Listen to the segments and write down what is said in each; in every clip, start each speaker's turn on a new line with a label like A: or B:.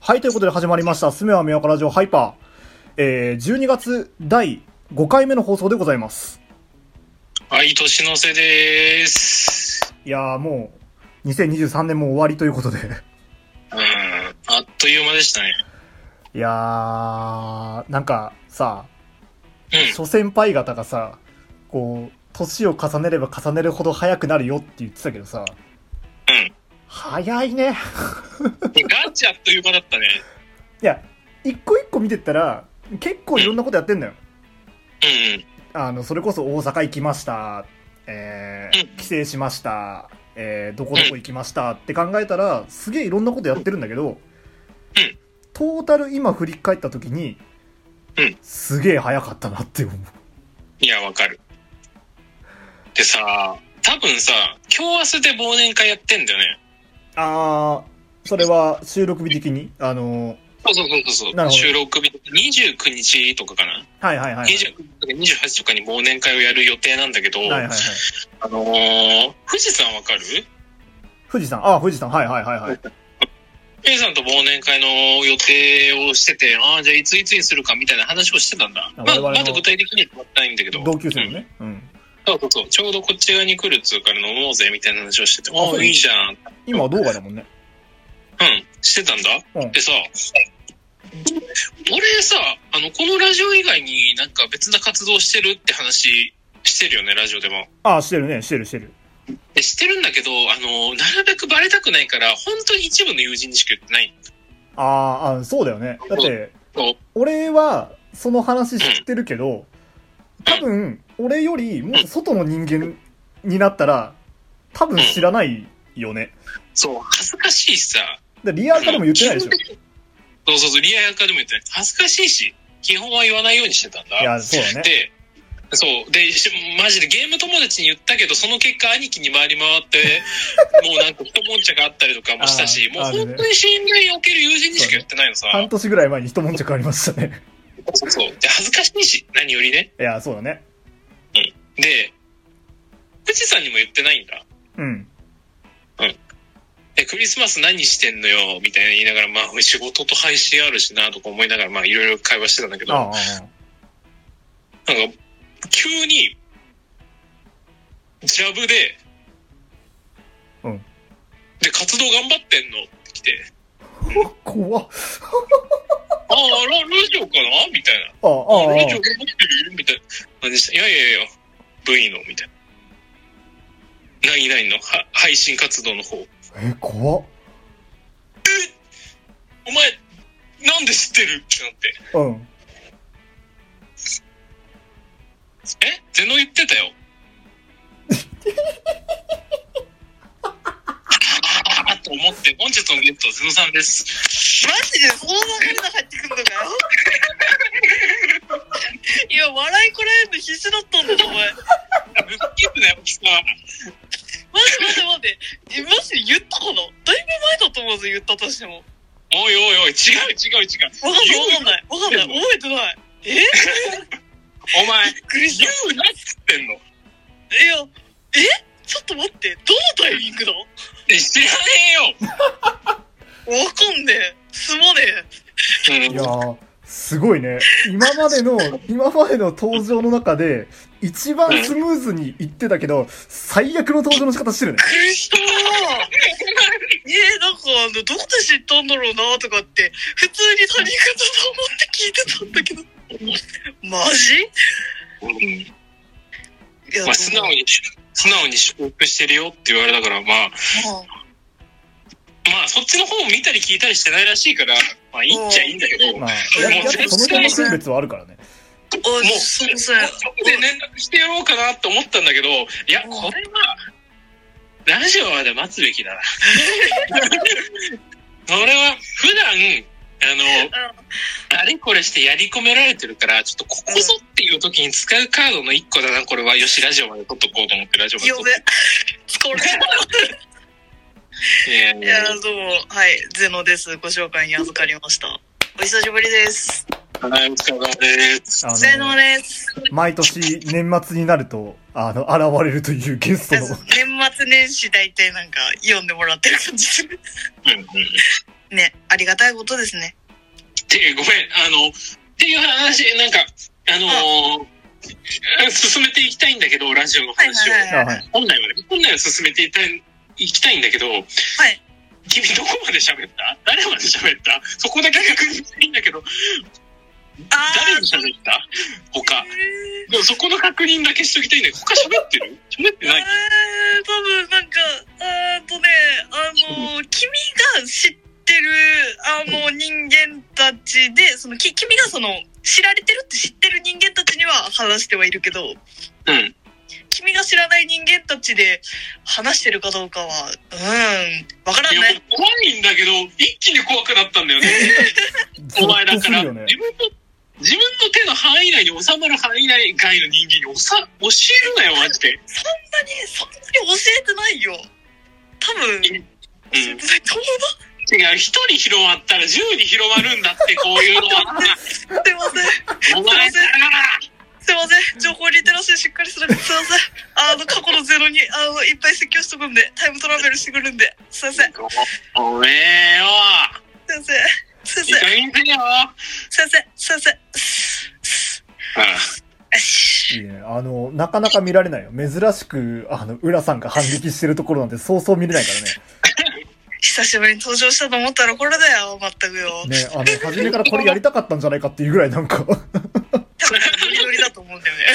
A: はい、ということで始まりました、すめはみやかラジオハイパー。えー、12月第5回目の放送でございます。
B: はい、年の瀬です。
A: いやー、もう、2023年も終わりということで。
B: うん、あっという間でしたね。
A: いやー、なんかさ、
B: うん、
A: 諸先輩方がさ、こう、年を重ねれば重ねるほど早くなるよって言ってたけどさ、早いね。
B: うん。ガチあっという間だったね。
A: いや、一個一個見てったら、結構いろんなことやってんだよ。あの、それこそ大阪行きました、え
B: う
A: ー、帰省しました、えー、どこどこ行きましたって考えたら、すげえいろんなことやってるんだけど、トータル今振り返った時に
B: うん、
A: すげえ早かったなって思う。
B: うん。いや、わかる。でさ、多分さ、今日明日で忘年会やってんだよね。
A: あー、それは収録日的に、あのー、
B: そうそうそうそう
A: な
B: そ
A: る
B: う。
A: ほど
B: 収録日、29日とかかな、
A: はいはいはい。
B: ?29 とか28とかに忘年会をやる予定なんだけど、
A: はいはいはい。
B: あのー、富士山わかる
A: 富士山、あー、富士山、はいはいはいはい。
B: 富士山と忘年会の予定をしてて、ああ、じゃあいついつにするかみたいな話をしてたんだ。
A: あ
B: ま
A: 我
B: あ、
A: 々の
B: まだ具体的には決まってないんだけど。
A: 同級生のね。うん。
B: そうそうそう。ちょうどこっち側に来るっつうから飲もうぜみたいな話をしてて、
A: そ
B: あ
A: う
B: あ、いいじゃん。うん。
A: 今は動画だもんね。
B: してたんだ。
A: うん
B: で。さ、俺さ、あの、このラジオ以外になんか別な活動してるって話してるよね、ラジオでも。
A: あー、してるね、してるしてる。
B: でしてるんだけど、あの、なるべくバレたくないから、本当に一部の友人にしか言ってない。
A: あーあ、そうだよね。だって、
B: そう
A: 俺はその話知ってるけど、多分、俺よりもっと外の人間になったら、多分知らないよね。
B: そう、恥ずかしいしさ。
A: でリアルからも言ってないでしょ。
B: そうそうそう、リアル化でも言ってない。恥ずかしいし、基本は言わないようにしてたんだ。
A: いや、そうだね。
B: で、そう。で、しマジでゲーム友達に言ったけど、その結果兄貴に回り回 って、もうなんか一悶着があったりとかもしたし、
A: あー
B: もう
A: あるね
B: 本当に信頼を受ける友人にしか言ってないのさ。
A: 半年ぐらい前に一悶着ありましたね。
B: そうそう。で、恥ずかしいし、何よりね。
A: いや、そうだね。
B: で、富士山にも言ってないんだ。
A: うん。
B: え、クリスマス何してんのよ、みたいな言いながら、まあ、仕事と配信あるしな、とか思いながら、まあ、いろいろ会話してたんだけど、
A: あああ
B: なんか、急に、ジャブで、
A: うん
B: で、活動頑張ってんのって来て、
A: あ、怖っ。
B: ああ、ララジオかなみたい
A: ああ、
B: な。
A: ああ、ああ
B: ラジオ頑張ってるみたいな感じでした。いやいやいや、V の、みたいな。何々のは配信活動の方。
A: え、怖っ。
B: お前、なんで知ってるってなって。
A: うん。
B: えゼノ言ってたよ。ああと思って、本日のゲスト、ゼノさんです。
C: マジでそんな風な入ってくんのかよいや笑いこらえるの必死だったんだよお前
B: ぶっきぶね、青木さん。
C: マジマジマジえマジで言ったかなだいぶ前だと思うぞ言ったとしてもわ
B: おいおいおい、違う違う違う。
C: かんないわかんないわかんない覚えてないえ
B: お前、
C: びっくりし
B: 言
C: た
B: うなっつってんの。
C: いやえちょっと待ってどのタイミングだわ
B: え知らね
C: かんねえすまねえ
B: え
A: いや
B: よ。
A: ーすごいね。今までの、今までの登場の中で、一番スムーズにいってたけど、最悪の登場の仕方してるね。
C: びっくりしたーいやなんかあのどこで知ったんだろうなとかって普通に他人事と思って聞いてたんだけどマ
B: うん。
C: ジいや
B: まあ、素直に、素直に祝福してるよって言われたから、まあ、まあ、そっちの方を見たり聞いたりしてないらしいから、まあ、いいっちゃいいんだけど、も
A: まあ、ややっぱその辺の分別はあるからね。
C: お
B: もう
C: すいません。
B: う、で、連絡してやろうかなと思ったんだけど、いや、これは、ラジオまで待つべきだな。 それは、普段、あの、あれこれしてやり込められてるから、ちょっとここぞっていう時に使うカードの一個だな、これは。よし、ラジオまで撮っとこうと思って、ラジオまで撮
C: 呼
B: っ
C: べ。疲れ
B: て。
C: いや、どうも。はい、ゼノです。ご紹介に預かりました。お久しぶりです。
B: はい、お疲れ様です。
A: あの
C: ゼノです。
A: 毎年年末になると、あの、現れるというゲスト
C: 年
A: の。
C: 末年始大体なんか読んでもらってる感じする。
B: うんうんうん。
C: ね、ありがたいことですね。
B: って、ごめん、あの、っていう話、なんか、あのー 進めていきたいんだけど、ラジオの
C: はいは
B: 話を。
C: い
A: あ
C: はい。
A: は
C: はい
A: い。
B: 本来はね、本来は進めていたいいきたいんだけど、君どこまで喋った誰まで喋ったそこだけ確認していいんだけど、
C: あ
B: 誰
C: あ
B: に喋った他。でもそこの確認だけしときたいんだけど、他喋ってる喋って
C: えー、
B: ない
C: 多分なんか、えーっとね、あのー、君が知ってる、あのー、人間たちで、その、き君がその、知られてるって知ってる人間たちには話してはいるけど、
B: うん。
C: 君が知らない人間たちで話してるかどうかは、うん、わから
B: い
C: ん
B: や、も
C: ね。
B: う怖いんだけど、一気に怖くなったんだよね。お前だから、
A: ゾッ
B: 自分の
A: と、
B: 自分の手の範囲内に収まる範囲内外の人間におさ教えるなよ、マジで。
C: そんなに、そんなに教えてないよ。多分、教
B: うん
C: えてないと思
B: 違う、一人広まったら十に広まるんだって、こういうの は。
C: うな。すいません。
B: お前さ、
C: すいません。情報リテラシーしっかりするんですいません。あの、過去のゼロに、あの、いっぱい説教してくるんで、タイムトラベルしてくるんで、すいません。
B: おめえよ、
C: 先生、先
B: いい
C: 生、
B: 加減にせよ。
C: 先生、先生。よし。
A: いいね。あの、なかなか見られないよ。珍しく、あの、浦さんが反撃してるところなんてそうそう見れないからね。
C: 久しぶりに登場したと思ったらこれだよ、まったくよ。
A: ね、あの、初めからこれやりたかったんじゃないかっていうぐらいなんか、
C: 多分ノリノリだと思うんだよね。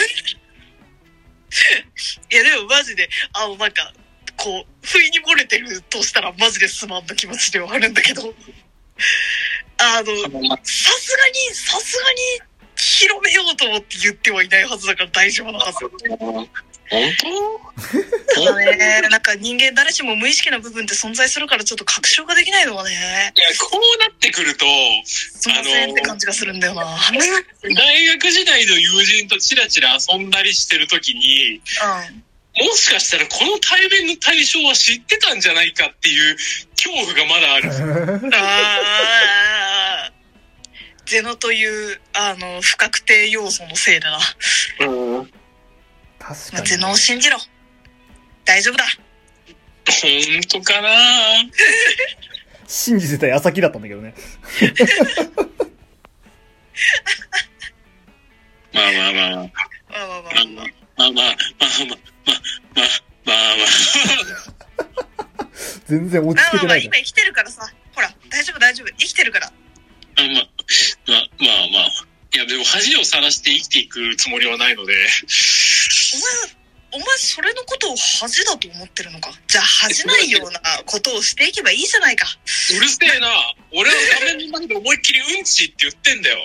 C: いや、でもマジで、あの、なんか、こう、不意に漏れてるとしたらマジですまんの気持ちではあるんだけど、あの、
B: うんまあ
C: さすがに、さすがに、広めようと思って言ってはいないはずだから大丈夫なはず。
B: 本
C: た
B: 当
C: だね、なんか人間誰しも無意識な部分って存在するからちょっと確証ができないのがね、
B: いや、こうなってくると、
C: すいませんって感じがするんだよな。
B: 大学時代の友人とチラチラ遊んだりしてるときに、
C: うん。
B: もしかしたらこの対面の対象は知ってたんじゃないかっていう恐怖がまだある。
C: あーゼノという、あの、不確定要素のせいだな。
B: うん
A: 確か
C: まあ
A: に
C: ゼノを信じろ。大丈夫だ。
B: 本当かな
A: 信じてた矢先だったんだけどね。
B: まあまあまあまあ。まあまあまあまあまあまあ
C: まあまあまあまあ。
B: まあまあ
A: 全然落ち
C: まあ
A: 着け
C: ま
A: てな
C: あまあ、
A: いじゃ
C: 今生きてるからさ。ほら、大丈夫大丈夫。生きてるから。
B: まあまあまあまあいやでも恥をさらして生きていくつもりはないので
C: お前、お前それのことを恥だと思ってるのか。じゃあ恥じないようなことをしていけばいいじゃないか。
B: うるせえな俺は画面の中で思いっきりうんちって言ってんだよ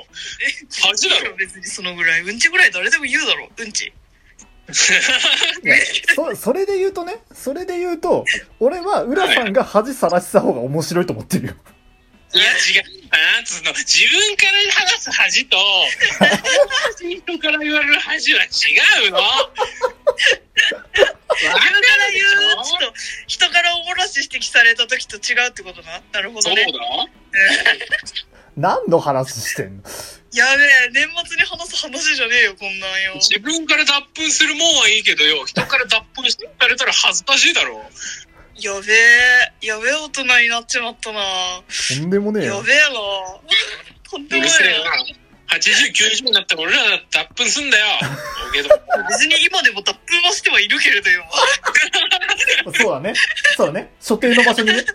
B: 恥だろ
C: 別にそのぐらい。うんちぐらい誰でも言うだろ。うんち。
A: ん。いやそ、それで言うとね、それで言うと、俺は浦さんが恥さらした方が面白いと思ってるよ。
B: いや違うなんつうの自分から話す恥と人から言われる恥は違うのわ
C: 人
B: か
C: から
B: るで
C: 言う
B: し
C: ち
B: ょ
C: ょっと人からおもらし指摘された時と違うってことななるほど
B: そう
C: ね
B: だ
A: 何の話してんの
C: やべえ年末に話す話じゃねえよこんなんよ
B: 自分から脱粉するもんはいいけどよ人から脱粉してされたら恥ずかしいだろ
C: やべえやべえ大人になっちまったな
A: とんでもねえ
C: や
A: よ。
C: べえなとん
B: う
C: でもな
B: る
C: い
B: せえ
C: な
B: な。80、90になったら俺らだって脱粉すんだよ。けど、
C: 別に今でも脱粉はしてはいるけれどよ
A: そうだね。そうだね。所定の場所にね。
B: 確か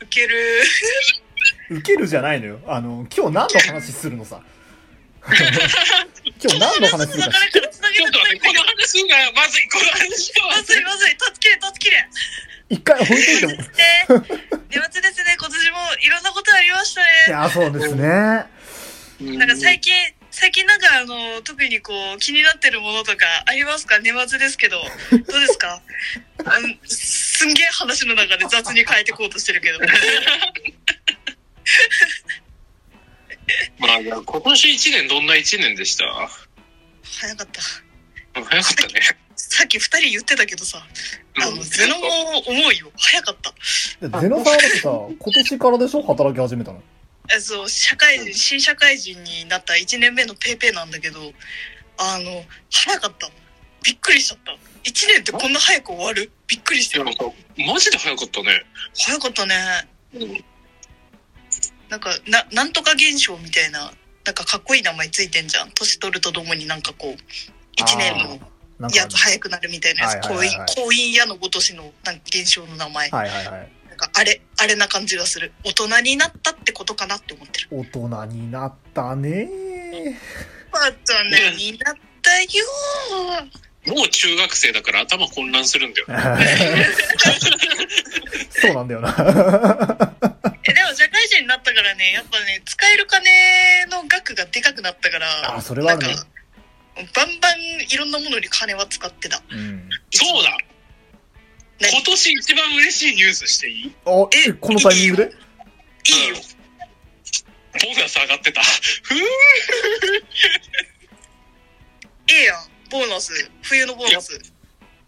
C: ウケる
A: ウケるじゃないのよ。あの、今日何の話するの さ。今日何の話す
C: 流
A: るか知
C: れか
A: っ
C: ら
A: てる
C: つな
B: に。
C: げ
B: ちょ
C: た
B: っ
C: く
B: と待って、
C: ない
B: この話がまずい、この話が
C: ま
B: ま
C: ず
B: ず
C: い
B: い。
C: まずい断つきれ断つきれ
A: 一回置いといても。
C: で 年末ですね今年もいろんなことありましたね
A: いや、そうですね。
C: なんか最近、最近なんかあの、特にこう、気になってるものとかありますか年末ですけど。どうですかうんすんげえ話の中で雑に変えてこうとしてるけど。
B: まあ、今年1年どんな1年でした
C: 早かった。
B: 早かったね。
C: さっき二人言ってたけどさ、あの、ゼノも思うよ。早かった。
A: ゼノさんはだってさ、今年からでしょ働き始めたの。
C: えそう、社会人、新社会人になった1年目のペーペーなんだけど、あの、早かった。びっくりしちゃった。一年ってこんな早く終わるびっくりして
B: や、
C: る
B: なん。か、マジで早かったね。
C: 早かったね。
B: うん
C: なんか、な、なんとか現象みたいな、なんかかっこいい名前ついてんじゃん。年取るとともになんかこう、一年の
A: なんか
C: やつ早くなるみたいなやつ。
A: はい
C: 婚
A: はい
C: 姻
A: はいはい、
C: 婚姻やのごとしの、なんか現象の名前。
A: はいはいはい
C: なんかあれ、あれな感じがする。大人になったってことかなって思ってる。
A: 大人になった ね
C: 大人になったよー。
B: もう中学生だから頭混乱するんだよ。
A: そうなんだよな
C: え、でも社会人になったからね、やっぱね、使える金の額がでかくなったから。
A: あそれはあるね
C: なんかバンバンいろんなものに金は使ってた。
A: うん
B: そうだ
C: 何
B: 今年一番嬉しいニュースしていい
A: あえこのタイミングで
C: いいよ。
B: ボーナス上がってた。ふ
C: いいやん。ボーナス。冬のボーナス。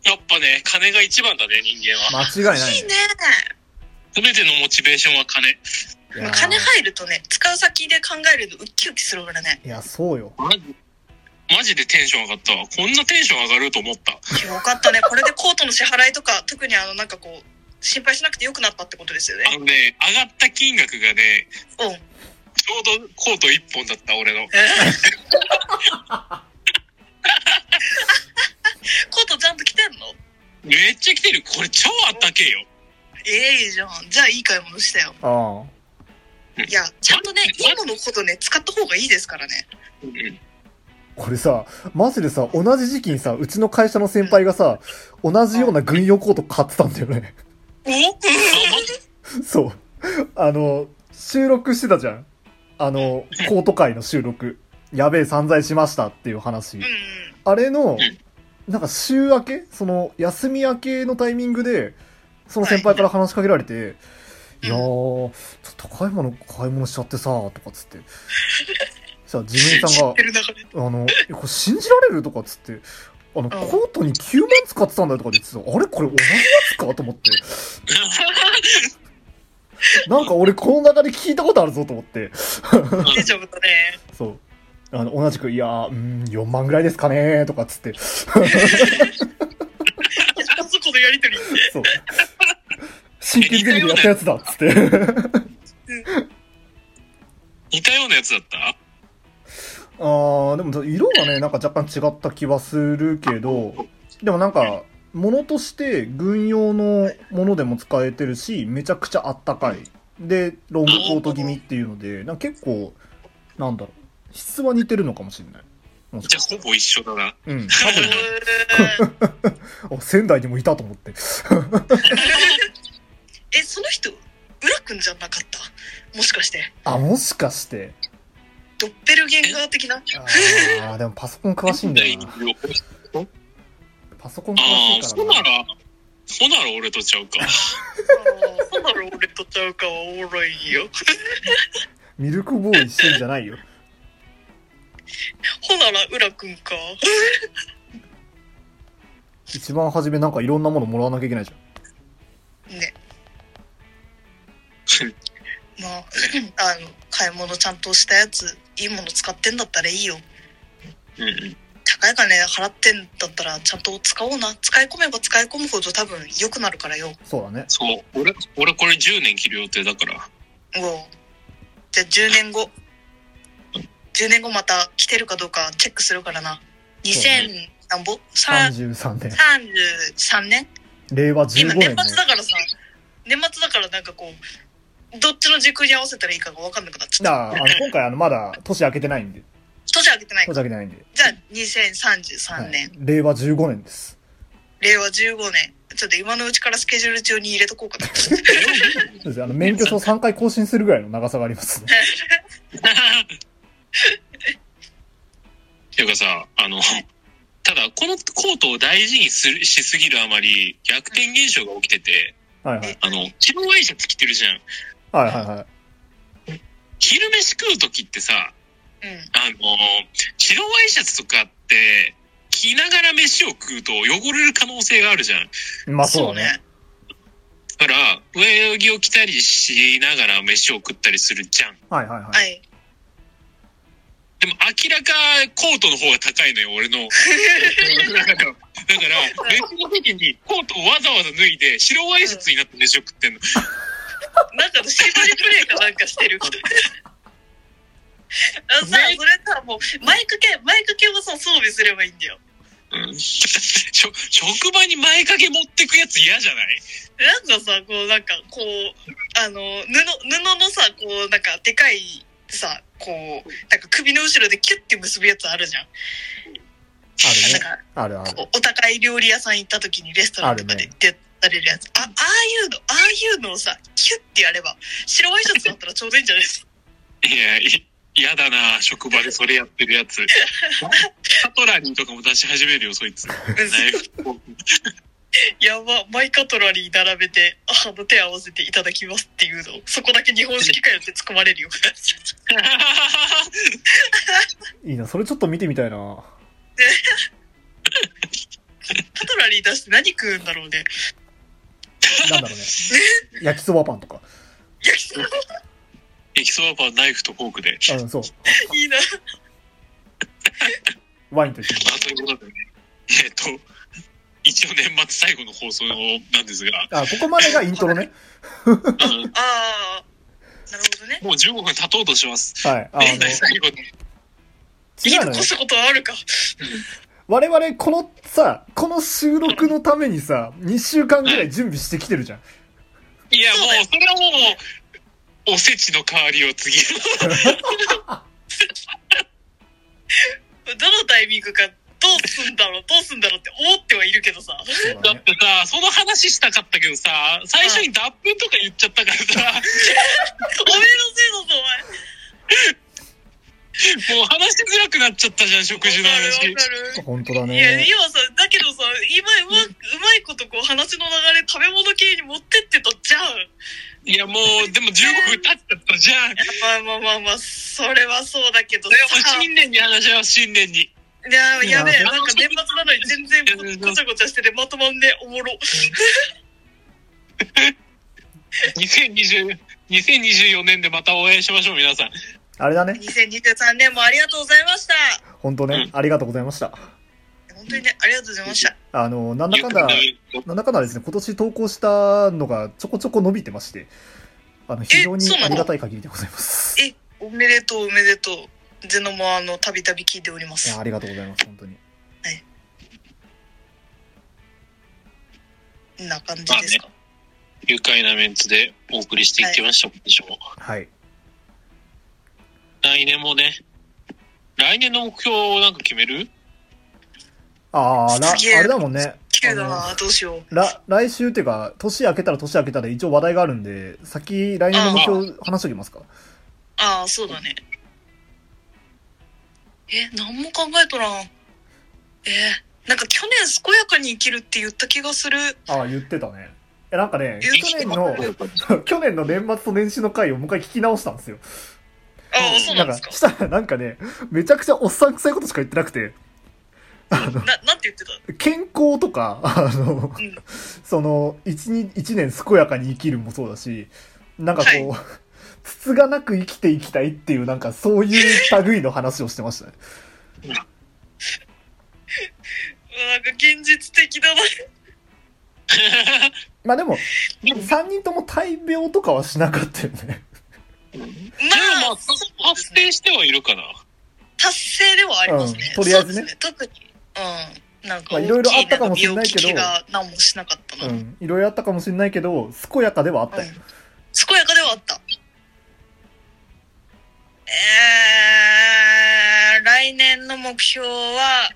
B: ぅやっぱね、金が一番だね、人間は。
A: 間違いない
C: いい
A: ね
C: ね。
B: すべてのモチベーションは金。
A: い
C: ま
A: や
C: あ金入るとね、使う先で考えるとウッキウキするからね。
A: いやそうよ
B: マジマジでテンション上がったわ。こんなテンション上がると思った。
C: よかったね。これでコートの支払いとか、特にあの、なんかこう、心配しなくてよくなったってことですよ
B: あ
C: ね。
B: のね、上がった金額がね、
C: うん。
B: ちょうどコート1本だった、俺の。
C: コートちゃんと着てんの
B: めっちゃ来てる。これ超あったけえよ。
C: ええいいじゃん。じゃあいい買い物したよ。
A: ああ
C: いや、ちゃんとね、いいものほどね、使った方がいいですからね。
B: うん
A: これさ、マジでさ、同じ時期にさ、うちの会社の先輩がさ、同じような軍用コート買ってたんだよね。
C: おうん
A: そう。あの、収録してたじゃん。あの、コート会の収録。やべえ、散財しましたっていう話。
C: うん。
A: あれの
B: ん、
A: なんか週明けその、休み明けのタイミングで、その先輩から話しかけられて、
C: い
A: いやー、ちょっと高いもの買い物しちゃってさ、とかっつって。さ、自分さん
C: 知
A: が
C: っ、てる中で。
A: あの、えこれ信じられるとかっつって、あの、コートに9万使ってたんだよとかで言ってたあれこれ同じやつかと思って。なんか俺この中で聞いたことあるぞと思って。
C: 大丈 夫だね。
A: そう。あの、同じく、いやー、うーん、4万ぐらいですかねーとかっつって。
C: あそこのやりとり。
A: そう。真剣ゼミでやったやつだっつって。
B: 似たようなやつだった
A: あー、でも色がね、なんか若干違った気はするけど、でもなんか、物として軍用のものでも使えてるし、めちゃくちゃあったかい。で、ロングコート気味っていうので、なんか結構、なんだろう、質は似てるのかもしれない。もし
B: じ
A: か
B: ゃあ
A: し
B: ほぼ一緒だな。
A: たらうん、
C: うーん
A: 多分、あ仙台にもいたと思って。
C: え、その人、浦くんじゃなかったもしかして。
A: あ、もしかして。
C: ドッペルゲンガー的な
A: あー、でもパソコン詳しいんだよな。パソコン詳
B: ああ、
A: しい
B: そ
A: か
B: う
A: ら
B: な
A: な。
B: ら、そうなら俺とちゃうか。
C: そうだろ俺とちゃうかはおもろいよ。
A: ミルクボーイしてんじゃないよ。
C: ほなら、浦くんか。
A: 一番初めなんかいろんなものもらわなきゃいけないじゃん。
C: ね。まあ、 あの、買い物ちゃんとしたやつ、いいもの使ってんだったらいいよ。
B: うんうん
C: 高い金払ってんだったら、ちゃんと使おうな。使い込めば使い込むほど多分良くなるからよ。
A: そうだね。
B: そう。俺、俺これ10年着る予定だから。
C: うおじゃあ10年後。10年後また来てるかどうかチェックするからな。2000、なんぼさ
A: 33年。
C: ?33 年
A: 令和15
C: 今年末
A: 年ね。
C: だからさ年末だからなんかこうどっちの軸に合わせたらいいかが分かんなくなっちゃ
A: だ
C: っ
A: からあの今回あのまだ年明けてないんで。
C: た年上げてない
A: 年明けてないんで。
C: じゃあ
A: は
C: 2033
A: い
C: 年、
A: 令和15年です。
C: 令和15年ちょっと今のうちからスケジュール帳に入れとこうか な
A: そうですねあの免許証3回更新するぐらいの長さがありますね。
B: っていうかさ、あの、ただ、このコートを大事にするしすぎるあまり、逆転現象が起きてて、
A: はいはい。
B: あの、白ワイシャツ着てるじゃん。
A: はいはいはい。
B: 昼飯食う時ってさ、
C: うん
B: あの、白ワイシャツとかって、着ながら飯を食うと汚れる可能性があるじゃん。
A: まあそうだね。
B: だから、上着を着たりしながら飯を食ったりするじゃん。
A: はいはいは。
C: はいい
B: でも明らかコートの方が高いのよ、俺の。だから、練習の時にコートをわざわざ脱いで、白ワイシャツになって飯を食ってんの。
C: なんかのシーリプレイかなんかし てる。あのさ、それさ、もう、マイク系、マイク系をさ、装備すればいいんだよ。
B: うん、しょ職場に前掛け持ってくやつ嫌じゃない
C: なんかさ、こう、なんか、こう、あの、布、布のさ、こう、なんか、でかい、さ、こう、なんか首の後ろでキュッて結ぶやつあるじゃん。
A: ある
C: なん
A: ね。
C: か、
A: あるある。
C: こうお高い料理屋さん行った時にレストランとかで
A: ある
C: 出されるやつ。あ、ああいうの、ああいうのをさ、キュッてやれば、白ワイシャツだったらちょうどいいんじゃないですか。
B: いや、い嫌だな、職場でそれやってるやつ。カトラリーとかも出し始めるよ、そいつ。ナイフ
C: やば、マイカトラリー並べて、あの手合わせていただきますっていうのを、そこだけ日本式かよって突っ込まれるよ。
A: いいな、それちょっと見てみたいな。
C: カトラリー出して何食うんだろうね。
A: なんだ ろうね。焼きそばパンとか。
C: いや、そ
B: 焼きそばパン、ナイフとフォークで。
A: うん、そう。
C: ういいな。
A: ワインと一緒に。
B: まあ、ということでね、えっと、一応年末最後の放送なんですが、
A: あ、ここまでがイントロね。
B: うん
C: ああ、なるほどね。
B: もう15分経とうとします。
A: はい。あの、
B: 年内最後の
A: 違
C: 言いう
A: のよ
C: 残。すことはあるか。
A: 我々、このさ、この収録のためにさ、2週間ぐらい準備してきてるじ ゃん。
B: いや、もう、それはもう、おせちの代わりを次。
C: どのタイミングか、どうすんだろう、どうすんだろうって思ってはいるけどさ。
A: そう
B: だ
A: だね。
B: ってさ、その話したかったけどさ、最初に脱粉とか言っちゃったからさ、
C: おめえのせいだぞ、お前。
B: もう話しづらくなっちゃったじゃん、食事の話。
C: わかるわかる
A: 本当だ
C: いや、
A: ね。
C: 今さ、だけどさ、今うま、うまいことこう話の流れ食べ物系に持ってってたじゃん。
B: いや、もう、でも15分経っちゃったじゃん。
C: まあまあまあまあ、それはそうだけど
B: それはもう
C: さ。
B: 新年に話し合う、新年に。
C: いややべえ、
A: い
B: や
C: なんか年末なのに全然
B: いや
C: ごごちゃごちゃしててまとまんねえ、おもろ。
B: 2020 2024年でまたお会いしましょう、皆さん。
A: あれだね。
C: 2023年もありがとうございました。
A: 本当ね。ありがとうございました。
C: 本当にね、ありがとうございました。
A: あの、なんだかんだ、なんだかんだですね、今年投稿したのがちょこちょこ伸びてまして、あの、非常に
C: そうなの
A: ありがたい限りでございます。
C: え、おめでとうおめでとう。ゼノもあの、たびたび聞いておりま
A: い
C: す。
A: や、ありがとうございます、本当に。
C: こんな感じですか。
B: 愉快なメンツでお送りしていきました、今年も
A: はい。
B: 来年もね、来年の目標をなんか決める
A: ああ、ら、
C: すげえ
A: あれだもんね。
C: 急
A: あ
C: だ
A: の
C: な、どうしよう。
A: ら、来週っていうか、年明けたら年明けたで一応話題があるんで、先、来年の目標話しときますか。
C: ああ、そうだね。え、何も考えとらん。えーなんか去年健やかに生きるって言った気がする。
A: ああ、言ってたね。え、なんかね、
C: 言う
A: 去年の、 去年の年末と年始の回をもう一回聞き直したんですよ。
C: ああ、そうなんです
A: か
C: か。
A: したらなんかね、めちゃくちゃおっさん臭いことしか言ってなくて、
C: な、なんて言ってた
A: 健康とか、 あの、
C: うん
A: その、一日、一年健やかに生きるもそうだし、なんかこう、つつがなく生きていきたいっていう、なんかそういう類の話をしてましたね。
C: うわなんか現実的だな。
A: まあでも、3人とも大病とかはしなかったよね。
B: ま
C: ま
B: あ
C: あ、そう、
B: 発生してはいるか な。
C: 達成ではありますね。
A: うんとりあえずね
C: そうです特に、うん。なん
A: ま
C: か
A: あ
C: 大き
A: いろいろあったかもしれないけど
C: んか病気怪我何もしなかったな。
A: う
C: うん。
A: ん。いろいろあったかもしれないけど、健やかではあったよ。
C: 健やかではあった。えー、来年の目標は、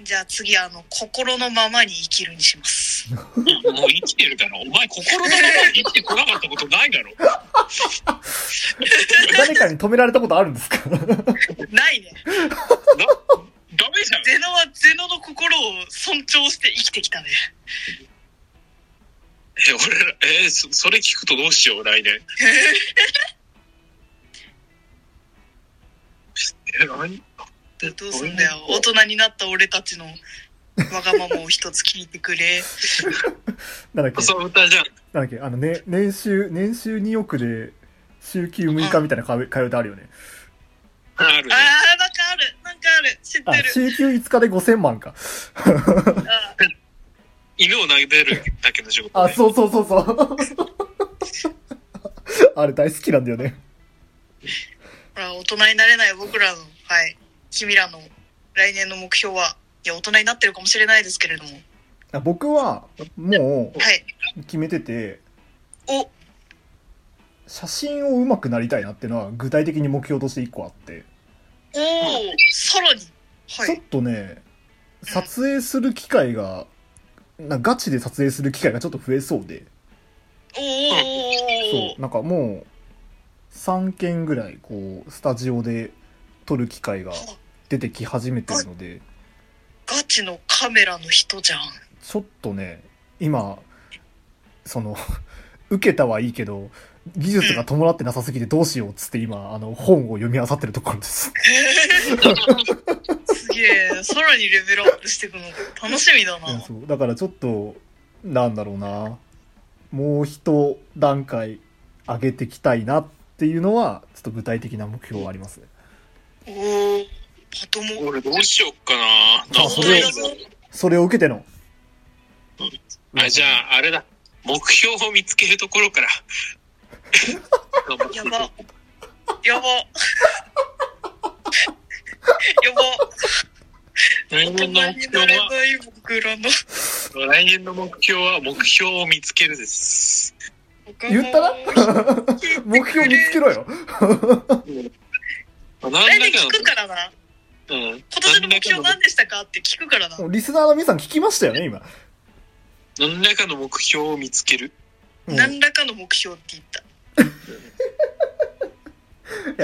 C: じゃあ次、あの、心のままに生きるにします。
B: もう生きてるだろ。お前心の中で生きてこなかったことないだろ。
A: 誰かに止められたことあるんですか
C: ないね。
B: なダメじゃん。
C: ゼノはゼノの心を尊重して生きてきたね。
B: え、俺ら、えーそ、それ聞くとどうしよう、来年。え、何
C: どうすんだよ。大人になった俺たちのわがままを一つ聞いてくれ。
A: なんだっけ
B: そう歌じゃん。
A: なんだっけあの、ね、年収、年収2億で、週休6日みたいな通通いであるよね。
B: ある
C: あー、なんかある。なんなんかある。知って
A: あ、
C: る。
A: 週休5日で5000万か。
C: あ
B: 犬を投げてるだけの仕事で。
A: あ、そうそうそうそう。 あれ大好きなんだよね。
C: ほら、大人になれない僕らの、はい。君らの来年の目標は、いや、大人になってるかもしれないですけれども。
A: あ僕は、も
C: はい。
A: う、決めてて、
C: お、
A: 写真を上手くなりたいなっていうのは、具体的に目標として1個あって、
C: おー、さらに。は
A: ちょっ
C: い。
A: とね、撮影する機会が、なガチで撮影する機会がちょっと増えそうで、
C: お
A: そう、なんかもう、3件ぐらい、こう、スタジオで撮る機会が
C: ー。
A: 出てき始めてるので、
C: ガチのカメラの人じゃん。
A: ちょっとね、今、その、 受けたはいいけど、技術が伴ってなさすぎてどうしようっつって今、あの、本を読み漁ってるところです。
C: すげえ。さらにレベルアップしていくの楽しみだな。
A: いやそうだからちょっと、なんだろうな、もう一段階上げてきたいなっていうのは、ちょっと具体的な目標はありますね。
C: おお、まとも。
B: 俺どうしよっかな。
A: あそれをそれを受けての。
B: あ、じゃあ、あれだ。目標を見つけるところから。
C: やば。やば。
B: 来
C: やば。大人
B: 年の目
C: に
B: 標
C: なれ
B: は、
C: ない僕らの。
B: 来年の目標は目標を見つけるです。
A: 言ったな目標見つけろよ。
B: 何ら
C: 来年
B: か
C: 聞くからな。今
B: の、うん。
C: 年の目標何でしたかって聞くからな。
A: リスナーの皆さん聞きましたよね、今。
B: 何らかの目標を見つける。
A: うん
C: 何らかの目標って言った。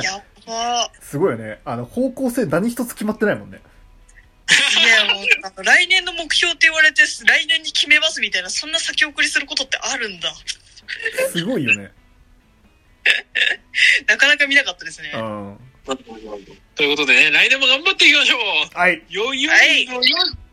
A: いや
C: やっば。
A: すごいよね。あの、方向性何一つ決まってないもんね。
C: いや、もう、あの来年の目標って言われて、来年に決めますみたいな、そんな先送りすることってあるんだ。
A: すごいよね。
C: なかなか見なかったですね。
A: う
C: は
A: ん。
B: ということでね、来年も頑張っていきましょう
A: はい。
B: 余裕
C: はい
B: 余裕